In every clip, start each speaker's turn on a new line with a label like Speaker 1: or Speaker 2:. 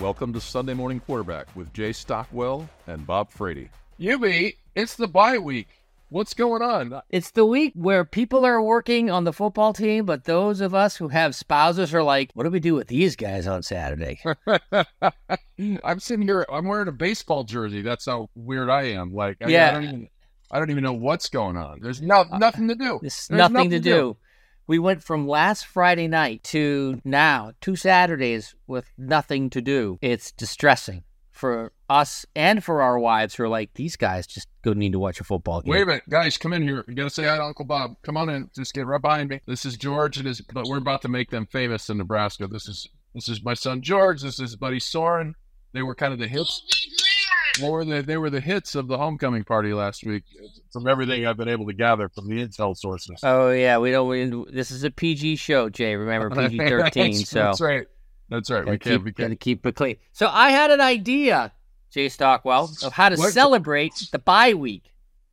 Speaker 1: Welcome to Sunday Morning Quarterback with Jay Stockwell and Bob Frady.
Speaker 2: Yumi, it's the bye week. What's going on?
Speaker 3: It's the week where people are working on the football team, but those of us who have spouses are like, what do we do with these guys on Saturday?
Speaker 2: I'm sitting here. I'm wearing a baseball jersey. That's how weird I am. Like, I, I
Speaker 3: Yeah.
Speaker 2: don't even, I don't even know what's going on. There's no nothing to do.
Speaker 3: This is
Speaker 2: There's
Speaker 3: nothing, to do. We went from last Friday night to now, two Saturdays with nothing to do. It's distressing for us and for our wives who are like, these guys just go need to watch a football game.
Speaker 2: Wait a minute, guys, come in here. You gotta say hi to Uncle Bob. Come on in. Just get right behind me. This is George. It is, but we're about to make them famous in Nebraska. This is this is my son George. This is Buddy Soren. They were kind of the hits. They were the, they were the hits of the homecoming party last week. From everything I've been able to gather from the intel sources.
Speaker 3: Oh, yeah. We don't, we, this is a PG show, Jay. Remember, PG 13.
Speaker 2: That's-
Speaker 3: so
Speaker 2: that's right. That's right.
Speaker 3: Gotta
Speaker 2: We
Speaker 3: keep,
Speaker 2: can't. We
Speaker 3: gotta
Speaker 2: can't.
Speaker 3: keep it clean. So I had an idea, Jay Stockwell, of how to
Speaker 2: What?
Speaker 3: celebrate the bye week.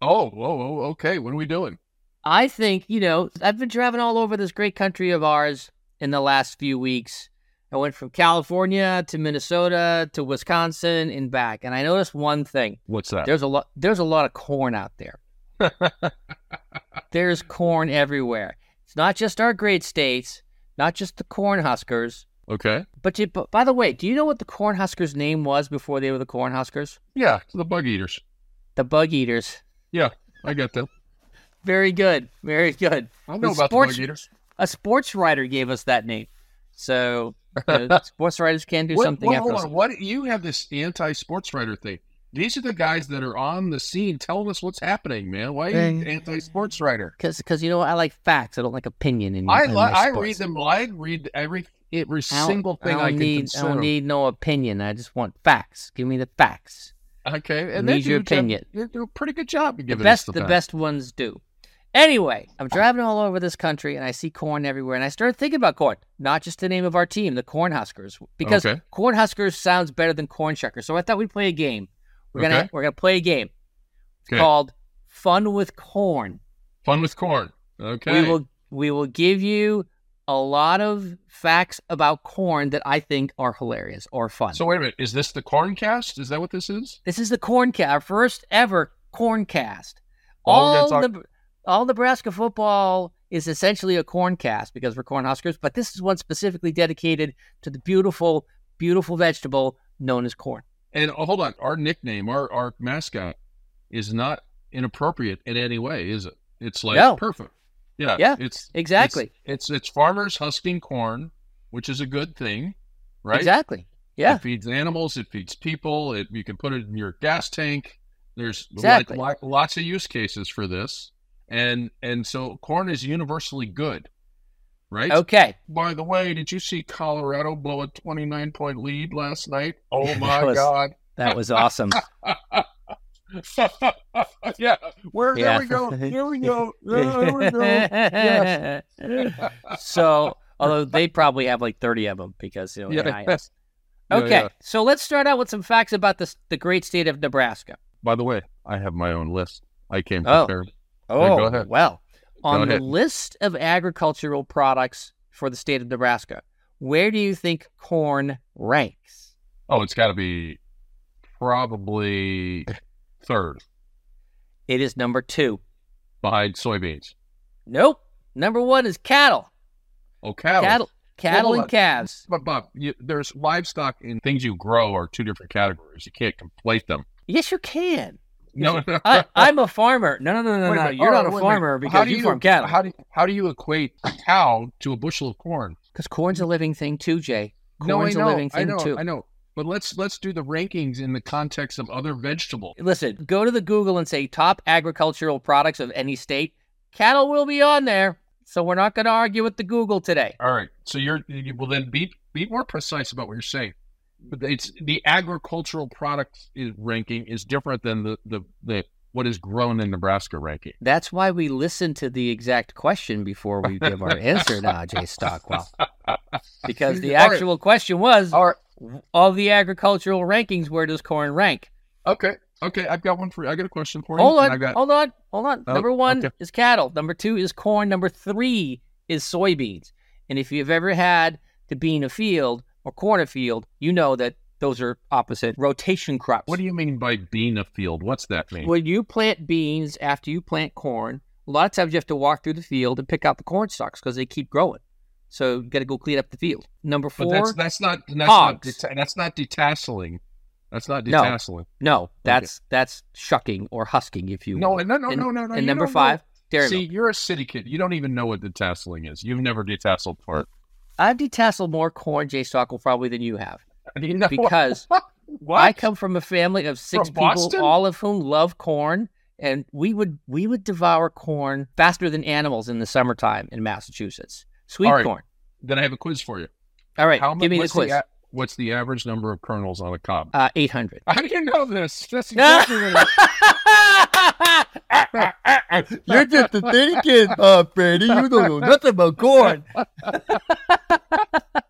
Speaker 2: Oh, oh, oh, okay. What are we doing?
Speaker 3: I think, you know, I've been traveling all over this great country of ours in the last few weeks. I went from California to Minnesota to Wisconsin and back. And I noticed one thing.
Speaker 2: What's that?
Speaker 3: There's a lot there's a lot of corn out there. there's corn everywhere. It's not just our great states, not just the corn huskers.
Speaker 2: Okay.
Speaker 3: But, you, but by the way, do you know what the Cornhuskers' name was before they were the Cornhuskers?
Speaker 2: Yeah, the bug eaters.
Speaker 3: The Bug Eaters.
Speaker 2: Yeah, I get them.
Speaker 3: Very good, very good.
Speaker 2: I know
Speaker 3: The
Speaker 2: about
Speaker 3: sports-
Speaker 2: the bug eaters.
Speaker 3: A sports writer gave us that name, so you know, sports writers can do
Speaker 2: What-
Speaker 3: something
Speaker 2: what-
Speaker 3: after
Speaker 2: hold
Speaker 3: us.
Speaker 2: on. What you have this anti-sports writer thing? These are the guys that are on the scene telling us what's happening, man. Why are you
Speaker 3: Hey.
Speaker 2: anti-sports writer?
Speaker 3: Because because you know what? I like facts. I don't like opinion. In,
Speaker 2: I
Speaker 3: in
Speaker 2: li-
Speaker 3: my
Speaker 2: I
Speaker 3: sports.
Speaker 2: read them. I read every every
Speaker 3: I don't-
Speaker 2: single thing
Speaker 3: I,
Speaker 2: I,
Speaker 3: don't
Speaker 2: can
Speaker 3: need. I
Speaker 2: consume.
Speaker 3: don't need no opinion. I just want facts. Give me the facts.
Speaker 2: okay,
Speaker 3: I
Speaker 2: and
Speaker 3: need
Speaker 2: they
Speaker 3: your
Speaker 2: do a-
Speaker 3: opinion.
Speaker 2: They do a pretty good job of
Speaker 3: the
Speaker 2: giving
Speaker 3: best
Speaker 2: us
Speaker 3: the,
Speaker 2: the, facts.
Speaker 3: best ones do. Anyway, I'm driving all over this country and I see corn everywhere and I started thinking about corn, not just the name of our team, the Cornhuskers, because
Speaker 2: Okay.
Speaker 3: Cornhuskers sounds better than corn shuckers. So I thought we'd play a game. We're gonna
Speaker 2: Okay.
Speaker 3: we're gonna play a game
Speaker 2: Okay.
Speaker 3: called Fun with Corn.
Speaker 2: Fun with corn. Okay.
Speaker 3: We will we will give you a lot of facts about corn that I think are hilarious or fun.
Speaker 2: So wait a minute. Is this the corn cast? Is that what this is?
Speaker 3: This is the corn cast, our first ever corn cast.
Speaker 2: Well, we're
Speaker 3: All
Speaker 2: gonna
Speaker 3: the all Nebraska football is essentially a corn cast because we're corn huskers, but this is one specifically dedicated to the beautiful, beautiful vegetable known as corn.
Speaker 2: And oh, hold on, our nickname, our our mascot, is not inappropriate in any way, is it? It's like
Speaker 3: No.
Speaker 2: perfect. Yeah.
Speaker 3: Yeah,
Speaker 2: It's
Speaker 3: exactly.
Speaker 2: It's, it's it's farmers husking corn, which is a good thing, right?
Speaker 3: Exactly. Yeah.
Speaker 2: It feeds animals. It feeds people. It you can put it in your gas tank. There's
Speaker 3: Exactly.
Speaker 2: like, lo- lots of use cases for this, and and so corn is universally good, right?
Speaker 3: Okay.
Speaker 2: By the way, did you see Colorado blow a 29 point lead last night? Oh
Speaker 3: That
Speaker 2: my
Speaker 3: was-
Speaker 2: God.
Speaker 3: That was awesome.
Speaker 2: yeah, where there
Speaker 3: Yeah.
Speaker 2: we go. There we go. There we go. Yes.
Speaker 3: so although they probably have like 30 of them because you know
Speaker 2: Yeah.
Speaker 3: NIL.
Speaker 2: Yeah,
Speaker 3: okay
Speaker 2: yeah.
Speaker 3: so let's start out with some facts about this the great state of nebraska
Speaker 2: By the way, I have my own list. I came
Speaker 3: Oh.
Speaker 2: prepared. Yeah,
Speaker 3: Oh,
Speaker 2: go ahead.
Speaker 3: well, on the
Speaker 2: ahead.
Speaker 3: list of agricultural products for the state of Nebraska, where do you think corn ranks?
Speaker 2: Oh, it's got to be probably third
Speaker 3: It is number two.
Speaker 2: behind soybeans.
Speaker 3: Nope. Number one is cattle.
Speaker 2: Oh, cattle.
Speaker 3: Cattle, cattle
Speaker 2: hold
Speaker 3: and
Speaker 2: on.
Speaker 3: calves.
Speaker 2: But Bob, you, there's livestock and things you grow are two different categories. You can't conflate them.
Speaker 3: Yes, you can.
Speaker 2: No, no.
Speaker 3: I, I'm a farmer. No, no, no, no,
Speaker 2: Wait a
Speaker 3: no.
Speaker 2: minute.
Speaker 3: You're
Speaker 2: Oh,
Speaker 3: not
Speaker 2: wait
Speaker 3: a
Speaker 2: minute.
Speaker 3: farmer
Speaker 2: how
Speaker 3: because
Speaker 2: do
Speaker 3: you, farm cattle.
Speaker 2: How do how do you equate a cow to a bushel of corn?
Speaker 3: Because corn's a living thing too, Jay.
Speaker 2: no, I
Speaker 3: Corn's
Speaker 2: know,
Speaker 3: a living thing
Speaker 2: I know,
Speaker 3: too.
Speaker 2: I know. But let's let's do the rankings in the context of other vegetables.
Speaker 3: Listen, go to the Google and say top agricultural products of any state. Cattle will be on there. So we're not going to argue with the Google today.
Speaker 2: All right. So you're you, well then be be more precise about what you're saying. But it's the agricultural product is, ranking is different than the, the the what is grown in Nebraska ranking.
Speaker 3: That's why we listen to the exact question before we give our answer now, Jay Stockwell. Because the
Speaker 2: All right.
Speaker 3: actual question was
Speaker 2: All right.
Speaker 3: of the agricultural rankings, where does corn rank?
Speaker 2: Okay. Okay. I've got one for you. I got a question for you.
Speaker 3: Hold
Speaker 2: and
Speaker 3: on,
Speaker 2: I've got-
Speaker 3: hold on, hold on.
Speaker 2: Oh,
Speaker 3: Number one
Speaker 2: okay.
Speaker 3: is cattle. Number two is corn. Number three is soybeans. And if you've ever had to be in a field or corn a field, you know that Those are opposite rotation crops.
Speaker 2: What do you mean by bean a field? What's that mean?
Speaker 3: when you plant beans after you plant corn, a lot of times you have to walk through the field and pick out the corn stalks because they keep growing. So you got to go clean up the field. Number
Speaker 2: but
Speaker 3: four,
Speaker 2: that's that's not that's
Speaker 3: hogs.
Speaker 2: not deta- that's not detasseling. That's not
Speaker 3: No.
Speaker 2: detasseling.
Speaker 3: no, that's that's shucking or husking, if you
Speaker 2: No,
Speaker 3: will.
Speaker 2: and no, no,
Speaker 3: and,
Speaker 2: no, no, no.
Speaker 3: and
Speaker 2: you
Speaker 3: number
Speaker 2: don't know.
Speaker 3: five, dairy
Speaker 2: See,
Speaker 3: milk.
Speaker 2: you're a city kid. You don't even know what detasseling is. You've never detasseled part.
Speaker 3: I've detasseled more corn, Jay Stockwell, probably than you have.
Speaker 2: You know
Speaker 3: Because
Speaker 2: what?
Speaker 3: I come from a family of six
Speaker 2: From
Speaker 3: people,
Speaker 2: Boston?
Speaker 3: all of whom love corn, and we would we would devour corn faster than animals in the summertime in Massachusetts. Sweet
Speaker 2: All right.
Speaker 3: corn.
Speaker 2: Then I have a quiz for you.
Speaker 3: All right,
Speaker 2: How mu-
Speaker 3: give me the
Speaker 2: what's
Speaker 3: quiz.
Speaker 2: a- what's the average number of kernels on a cob?
Speaker 3: uh, Eight hundred.
Speaker 2: How do you know this? That's
Speaker 3: No.
Speaker 2: exactly what
Speaker 3: Ah,
Speaker 2: it-
Speaker 4: You're just a thin kid, uh, Brady. You don't know nothing about corn.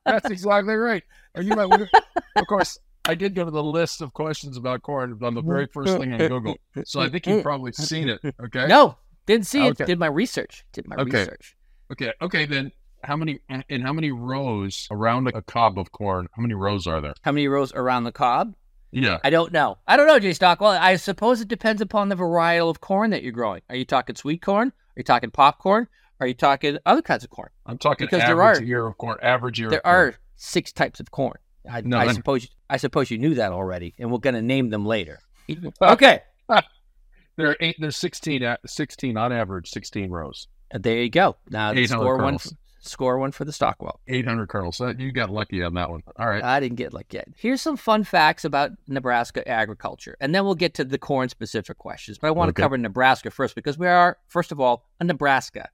Speaker 2: That's exactly right. And you might wonder, of course, I did go to the list of questions about corn on the very first thing on Google. So I think you've probably seen it. Okay.
Speaker 3: No, didn't see
Speaker 2: Okay.
Speaker 3: it. Did my research. Did my
Speaker 2: Okay.
Speaker 3: research.
Speaker 2: Okay. Okay. Then how many and how many rows around a cob of corn? How many rows are there?
Speaker 3: How many rows around the cob?
Speaker 2: Yeah.
Speaker 3: I don't know. I don't know, Jay Stockwell. I suppose it depends upon the varietal of corn that you're growing. Are you talking sweet corn? Are you talking popcorn? Are you talking other kinds of corn?
Speaker 2: I'm talking
Speaker 3: Because there
Speaker 2: average
Speaker 3: are-
Speaker 2: year of corn. Average year. of
Speaker 3: There
Speaker 2: corn.
Speaker 3: are six types of corn. I,
Speaker 2: No,
Speaker 3: I
Speaker 2: I-
Speaker 3: suppose I suppose you knew that already, and we're going to name them later. Okay,
Speaker 2: There are eight. There's 16. a- 16 on average. 16 rows.
Speaker 3: there you go. Now
Speaker 2: 800
Speaker 3: score one,
Speaker 2: kernels.
Speaker 3: score one for the Stockwell.
Speaker 2: 800 kernels. That- You got lucky on that one. All right.
Speaker 3: I didn't get like yet. Here's some fun facts about Nebraska agriculture, and then we'll get to the corn specific questions. But I want
Speaker 2: Okay.
Speaker 3: to cover Nebraska first because we are, first of all, a Nebraska.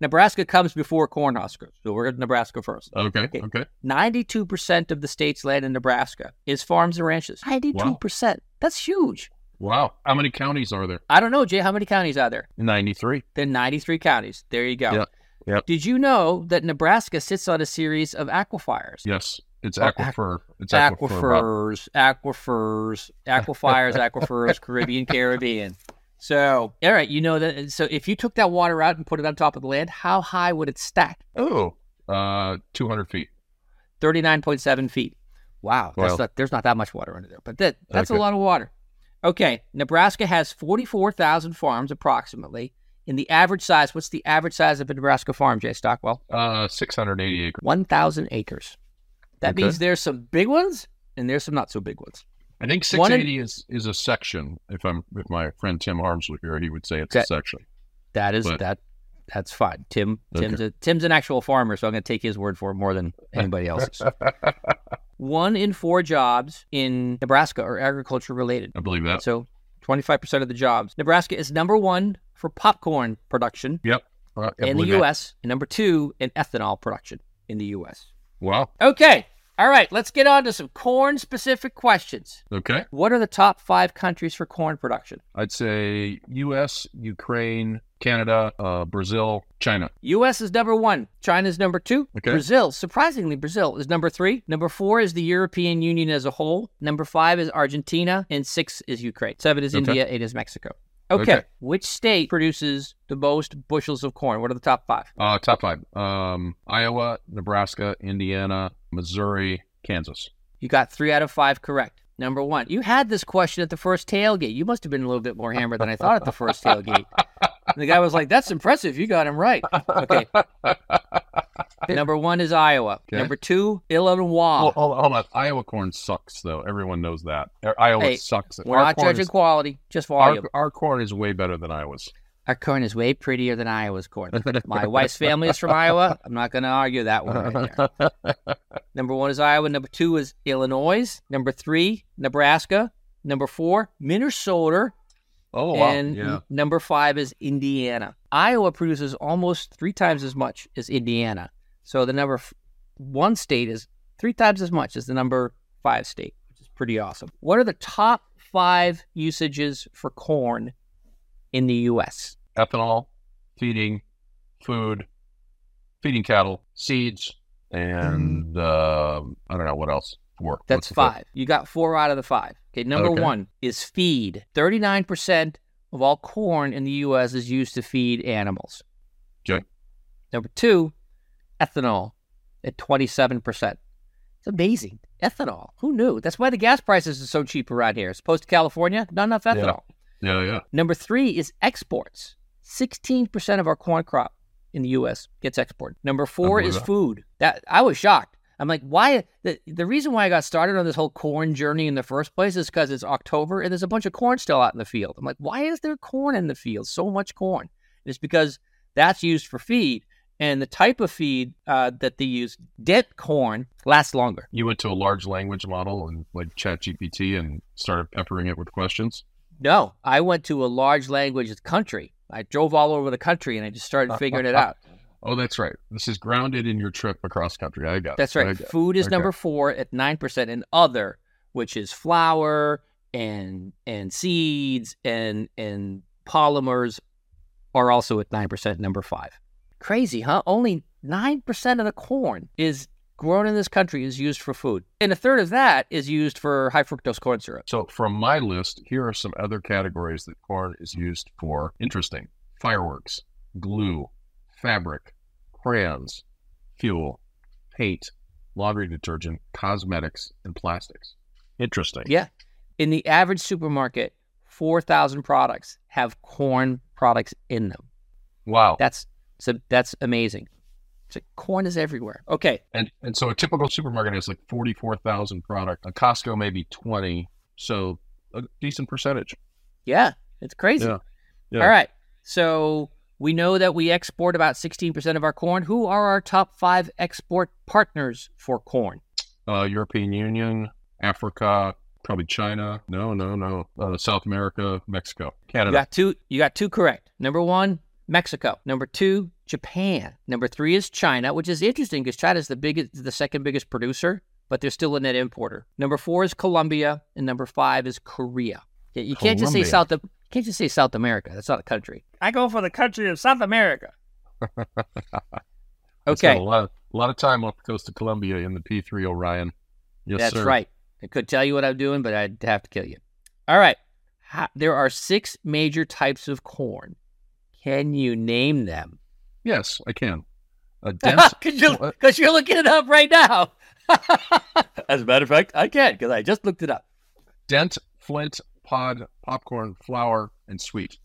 Speaker 3: Nebraska comes before Cornhuskers, so we're at Nebraska first.
Speaker 2: Okay.
Speaker 3: Okay.
Speaker 2: Okay.
Speaker 3: 92% of the state's land in Nebraska is farms and ranches. 92%. That's huge.
Speaker 2: Wow. How many counties are there?
Speaker 3: I don't know, Jay, how many counties are there?
Speaker 2: 93.
Speaker 3: There are 93 counties. There you go.
Speaker 2: Yep. Yep.
Speaker 3: Did you know that Nebraska sits on a series of aquifers?
Speaker 2: Yes. It's
Speaker 3: Or ac-
Speaker 2: aquifer. It's aquifer. Bob.
Speaker 3: aquifers, aquifers, aquifers, aquifers, Caribbean, Caribbean. So, all right, you know that. So, if you took that water out and put it on top of the land, how high would it stack?
Speaker 2: Oh, uh, 200 feet.
Speaker 3: Thirty-nine point seven feet. Wow, that's
Speaker 2: Well-
Speaker 3: not, there's not that much water under there, but that that's a
Speaker 2: Okay.
Speaker 3: lot of water. Okay, Nebraska has forty-four thousand farms approximately. In the average size, what's the average size of a Nebraska farm, Jay Stockwell?
Speaker 2: Uh, 680 acres.
Speaker 3: One thousand acres. That
Speaker 2: Okay.
Speaker 3: means there's some big ones and there's some not so big ones.
Speaker 2: I think
Speaker 3: One in-
Speaker 2: 680 is, is a section. If I'm if my friend Tim Harms were here, he would say it's a
Speaker 3: That-
Speaker 2: section.
Speaker 3: That is
Speaker 2: But-
Speaker 3: that. That's fine. Tim.
Speaker 2: Okay.
Speaker 3: Tim's a, Tim's an actual farmer, so I'm going to take his word for it more than anybody else's. One in four jobs in Nebraska are agriculture related.
Speaker 2: I believe that.
Speaker 3: So, 25% of the jobs. Nebraska is number one for popcorn production
Speaker 2: Yep. Uh, I
Speaker 3: in the
Speaker 2: believe that.
Speaker 3: U.S. and number two in ethanol production in the U.S.
Speaker 2: Wow.
Speaker 3: Okay. All right. Let's get on to some corn specific questions.
Speaker 2: Okay.
Speaker 3: What are the top five countries for corn production?
Speaker 2: I'd say U.S., Ukraine, Canada, uh, Brazil, China.
Speaker 3: U.S. is number one. China's number two.
Speaker 2: Okay.
Speaker 3: Brazil, surprisingly, Brazil is number three. Number four is the European Union as a whole. Number five is Argentina, and six is Ukraine. Seven is
Speaker 2: Okay.
Speaker 3: India. Eight is Mexico. Okay.
Speaker 2: Okay.
Speaker 3: Which state produces the most bushels of corn? What are the top five?
Speaker 2: Uh, top five: um, Iowa, Nebraska, Indiana, Missouri, Kansas.
Speaker 3: You got three out of five correct. Number one, you had this question at the first tailgate. You must have been a little bit more hammered than I thought at the first tailgate. And the guy was like, "That's impressive. You got him right." Okay. Number one is Iowa.
Speaker 2: Okay.
Speaker 3: Number two, Illinois.
Speaker 2: Hold, hold, hold on. Iowa corn sucks, though. Everyone knows that. Our- Iowa
Speaker 3: Hey,
Speaker 2: sucks.
Speaker 3: We're not
Speaker 2: corn
Speaker 3: judging
Speaker 2: is,
Speaker 3: quality, just
Speaker 2: our,
Speaker 3: volume.
Speaker 2: our corn is way better than Iowa's.
Speaker 3: Our corn is way prettier than Iowa's corn. My wife's family is from Iowa. I'm not going to argue that one. Right there. Number one is Iowa. Number two is Illinois. Number three, Nebraska. Number four, Minnesota.
Speaker 2: oh wow.
Speaker 3: and
Speaker 2: yeah.
Speaker 3: n- number five is Indiana. Iowa produces almost three times as much as Indiana. So the number f- one state is three times as much as the number five state, which is pretty awesome. What are the top five usages for corn in the U.S.?
Speaker 2: Ethanol, feeding, food, feeding cattle, seeds, and um I don't know what else. Work.
Speaker 3: Mm. That's five. You got four out of the five. Okay, number
Speaker 2: Okay.
Speaker 3: one is feed. 39% of all corn in the U.S. is used to feed animals.
Speaker 2: Okay.
Speaker 3: Number two, ethanol at 27%. It's amazing. Ethanol. Who knew? That's why the gas prices are so cheap around here. As opposed to California, not enough ethanol.
Speaker 2: Yeah, yeah.
Speaker 3: Number three is exports. 16% of our corn crop in the U.S. gets exported. Number four is
Speaker 2: Unbelievable.
Speaker 3: food. That I was shocked. I'm like, why? The, the reason why I got started on this whole corn journey in the first place is because it's October and there's a bunch of corn still out in the field. I'm like, why is there corn in the field? So much corn. It's because that's used for feed. And the type of feed uh, that they use, dead corn, lasts longer.
Speaker 2: You went to a large language model and like ChatGPT and started peppering it with questions.
Speaker 3: No, I went to a large language country. I drove all over the country and I just started figuring it out.
Speaker 2: Oh, that's right. This is grounded in your trip across country. I got. it.
Speaker 3: That's
Speaker 2: I
Speaker 3: right.
Speaker 2: got it.
Speaker 3: Food is
Speaker 2: Okay.
Speaker 3: number four at nine percent, and other, which is flour and and seeds and and polymers, are also at nine percent. Number five. Crazy, huh? Only nine percent of the corn is grown in this country is used for food, and a third of that is used for high fructose corn syrup.
Speaker 2: So from my list, here are some other categories that corn is used for. Interesting. Fireworks, glue, fabric, crayons, fuel, paint, laundry detergent, cosmetics, and plastics. Interesting.
Speaker 3: Yeah, in the average supermarket, four thousand products have corn products in them.
Speaker 2: Wow.
Speaker 3: That's so that's amazing. So corn is everywhere. Okay,
Speaker 2: And and so a typical supermarket has like forty four thousand product. A Costco maybe twenty. So a decent percentage.
Speaker 3: Yeah, it's crazy.
Speaker 2: Yeah, yeah.
Speaker 3: All right. So we know that we export about 16% of our corn. Who are our top five export partners for corn?
Speaker 2: Uh, European Union, Africa, probably China. No, no, no. Uh, South America, Mexico,
Speaker 3: You
Speaker 2: Canada.
Speaker 3: got two. You got two correct. Number one, Mexico. Number two, Japan. Number three is China, which is interesting because China is the biggest, the second biggest producer, but they're still a net importer. Number four is Colombia, and number five is Korea. Yeah, you can't just say
Speaker 2: Colombia.
Speaker 3: South. You can't just say South America. That's not a country. I go for the country of South America.
Speaker 2: I spent
Speaker 3: okay.
Speaker 2: A lot, of, a lot of time off the coast of Colombia in the P3 Orion. Yes,
Speaker 3: That's
Speaker 2: sir.
Speaker 3: right. I could tell you what I'm doing, but I'd have to kill you. All right. Ha- There are six major types of corn. Can you name them?
Speaker 2: Yes, I can. A dense.
Speaker 3: Because you, 'cause you're looking it up right now. As a matter of fact, I can because I just looked it up.
Speaker 2: dent, flint, pod, popcorn, flour, and sweet.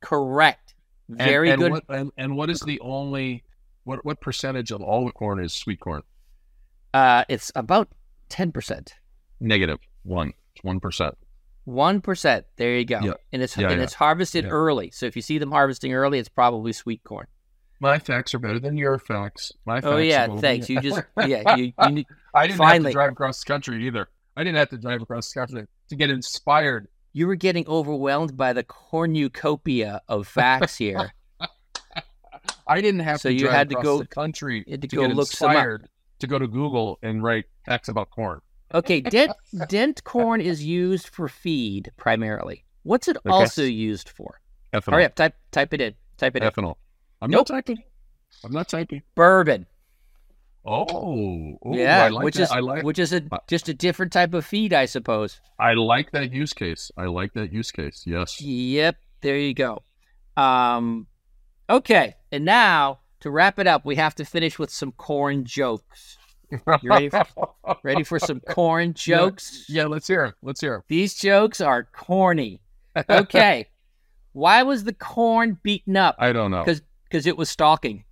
Speaker 3: Correct.
Speaker 2: And-
Speaker 3: Very
Speaker 2: and
Speaker 3: good.
Speaker 2: What, and, and what is the only, what, what percentage of all the corn is sweet corn?
Speaker 3: Uh, it's about 10%.
Speaker 2: Negative one. It's 1%.
Speaker 3: One percent. There you go.
Speaker 2: Yeah.
Speaker 3: And it's
Speaker 2: Yeah,
Speaker 3: and
Speaker 2: yeah.
Speaker 3: it's harvested
Speaker 2: Yeah.
Speaker 3: early. So if you see them harvesting early, it's probably sweet corn.
Speaker 2: My facts are better than your facts. My facts
Speaker 3: oh
Speaker 2: are
Speaker 3: yeah,
Speaker 2: better than
Speaker 3: thanks. You
Speaker 2: your-
Speaker 3: just yeah. You, you need-
Speaker 2: I didn't have
Speaker 3: Finally.
Speaker 2: to drive across the country either. I didn't have to drive across the country to get inspired.
Speaker 3: you were getting overwhelmed by the cornucopia of facts here.
Speaker 2: I didn't have
Speaker 3: So
Speaker 2: to
Speaker 3: you
Speaker 2: drive
Speaker 3: had to
Speaker 2: across
Speaker 3: go-
Speaker 2: the country
Speaker 3: you had to
Speaker 2: to
Speaker 3: go
Speaker 2: get
Speaker 3: look some up.
Speaker 2: inspired to go to Google and write facts about corn.
Speaker 3: Okay, dent, dent corn is used for feed primarily. What's it
Speaker 2: Okay.
Speaker 3: also used for?
Speaker 2: Ethanol.
Speaker 3: Hurry up, type type it in. Type Oh, it in.
Speaker 2: Ethanol. I'm
Speaker 3: Nope.
Speaker 2: not typing. I'm not typing.
Speaker 3: Bourbon.
Speaker 2: Oh, ooh,
Speaker 3: yeah,
Speaker 2: I like
Speaker 3: which
Speaker 2: that.
Speaker 3: is
Speaker 2: I like.
Speaker 3: which is a
Speaker 2: I-
Speaker 3: just a different type of feed, I suppose.
Speaker 2: I like that use case. I like that use case. Yes.
Speaker 3: Yep, there you go. Um, okay, and now to wrap it up, we have to finish with some corn jokes. You ready for, ready for some corn jokes?
Speaker 2: Yeah. Let's hear. 'em. Let's hear. 'em.
Speaker 3: These jokes are corny. Okay. Why was the corn beaten up?
Speaker 2: I don't know.
Speaker 3: Because it was stalking.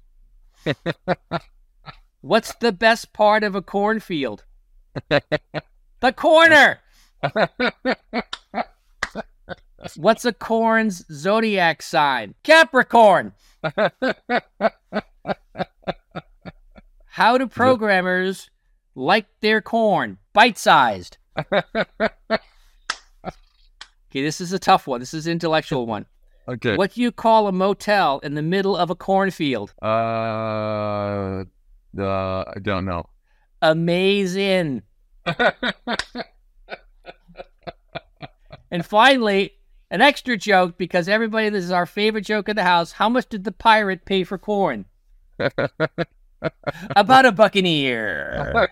Speaker 3: What's the best part of a cornfield? the corner. What's a corn's zodiac sign? Capricorn. How do programmers like their corn? Bite sized. okay, this is a tough one. This is an intellectual one.
Speaker 2: Okay.
Speaker 3: What do you call a motel in the middle of a cornfield?
Speaker 2: Uh, uh, I don't know.
Speaker 3: A maze inn. and finally, an extra joke because everybody, this is our favorite joke in the house. How much did the pirate pay for corn? About a buccaneer.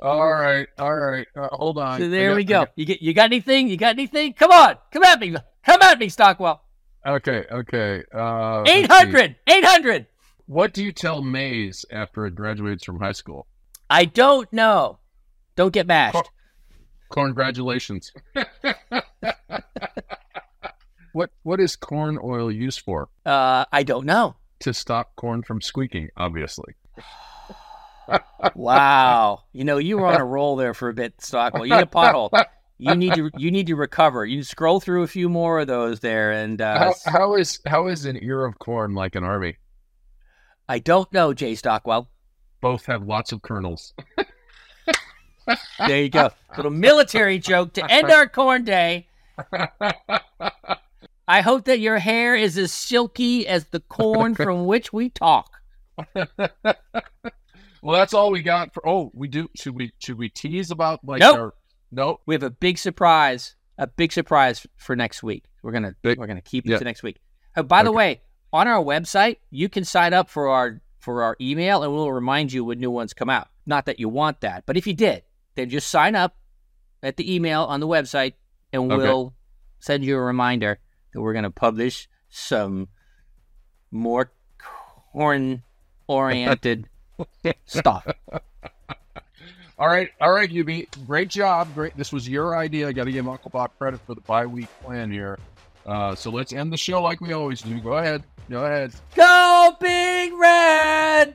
Speaker 2: All right, all right. Uh, hold on.
Speaker 3: So
Speaker 2: I
Speaker 3: there
Speaker 2: got-
Speaker 3: we
Speaker 2: I
Speaker 3: go.
Speaker 2: got-
Speaker 3: You get, you got anything? You got anything? Come on, come at me, come at me, Stockwell.
Speaker 2: okay, okay. Uh, Oh, let's see.
Speaker 3: 800, 800.
Speaker 2: What do you tell Maze after it graduates from high school?
Speaker 3: I don't know. Don't get mashed.
Speaker 2: Cor- Congratulations. what what is corn oil used for?
Speaker 3: Uh, I don't know.
Speaker 2: To stop corn from squeaking, obviously.
Speaker 3: Wow. you know, you were on a roll there for a bit, Stockwell. You hit a pothole. You need to you need to recover. You scroll through a few more of those there, and uh,
Speaker 2: How, how is how is an ear of corn like an army?
Speaker 3: I don't know, Jay Stockwell.
Speaker 2: Both have lots of kernels.
Speaker 3: There you go. Little military joke to end our corn day. I hope that your hair is as silky as the corn from which we talk.
Speaker 2: Well, that's all we got for. Oh, we do. Should we should we tease about like
Speaker 3: Nope.
Speaker 2: our? Nope.
Speaker 3: We have a big surprise, a big surprise for next week. We're gonna
Speaker 1: Big-
Speaker 3: we're gonna keep it
Speaker 1: yeah.
Speaker 3: to next week. Oh, by the
Speaker 2: Okay.
Speaker 3: way, on our website, you can sign up for our for our email, and we'll remind you when new ones come out. Not that you want that, but if you did, then just sign up at the email on the website, and
Speaker 1: Okay.
Speaker 3: we'll send you a reminder that we're gonna publish some more corn oriented stuff.
Speaker 2: All right, all right, UB. Great job. Great. This was your idea. I got to give Uncle Bob credit for the bi-week plan here. Uh, so let's end the show like we always do. Go ahead. Go ahead.
Speaker 3: Go Big Red!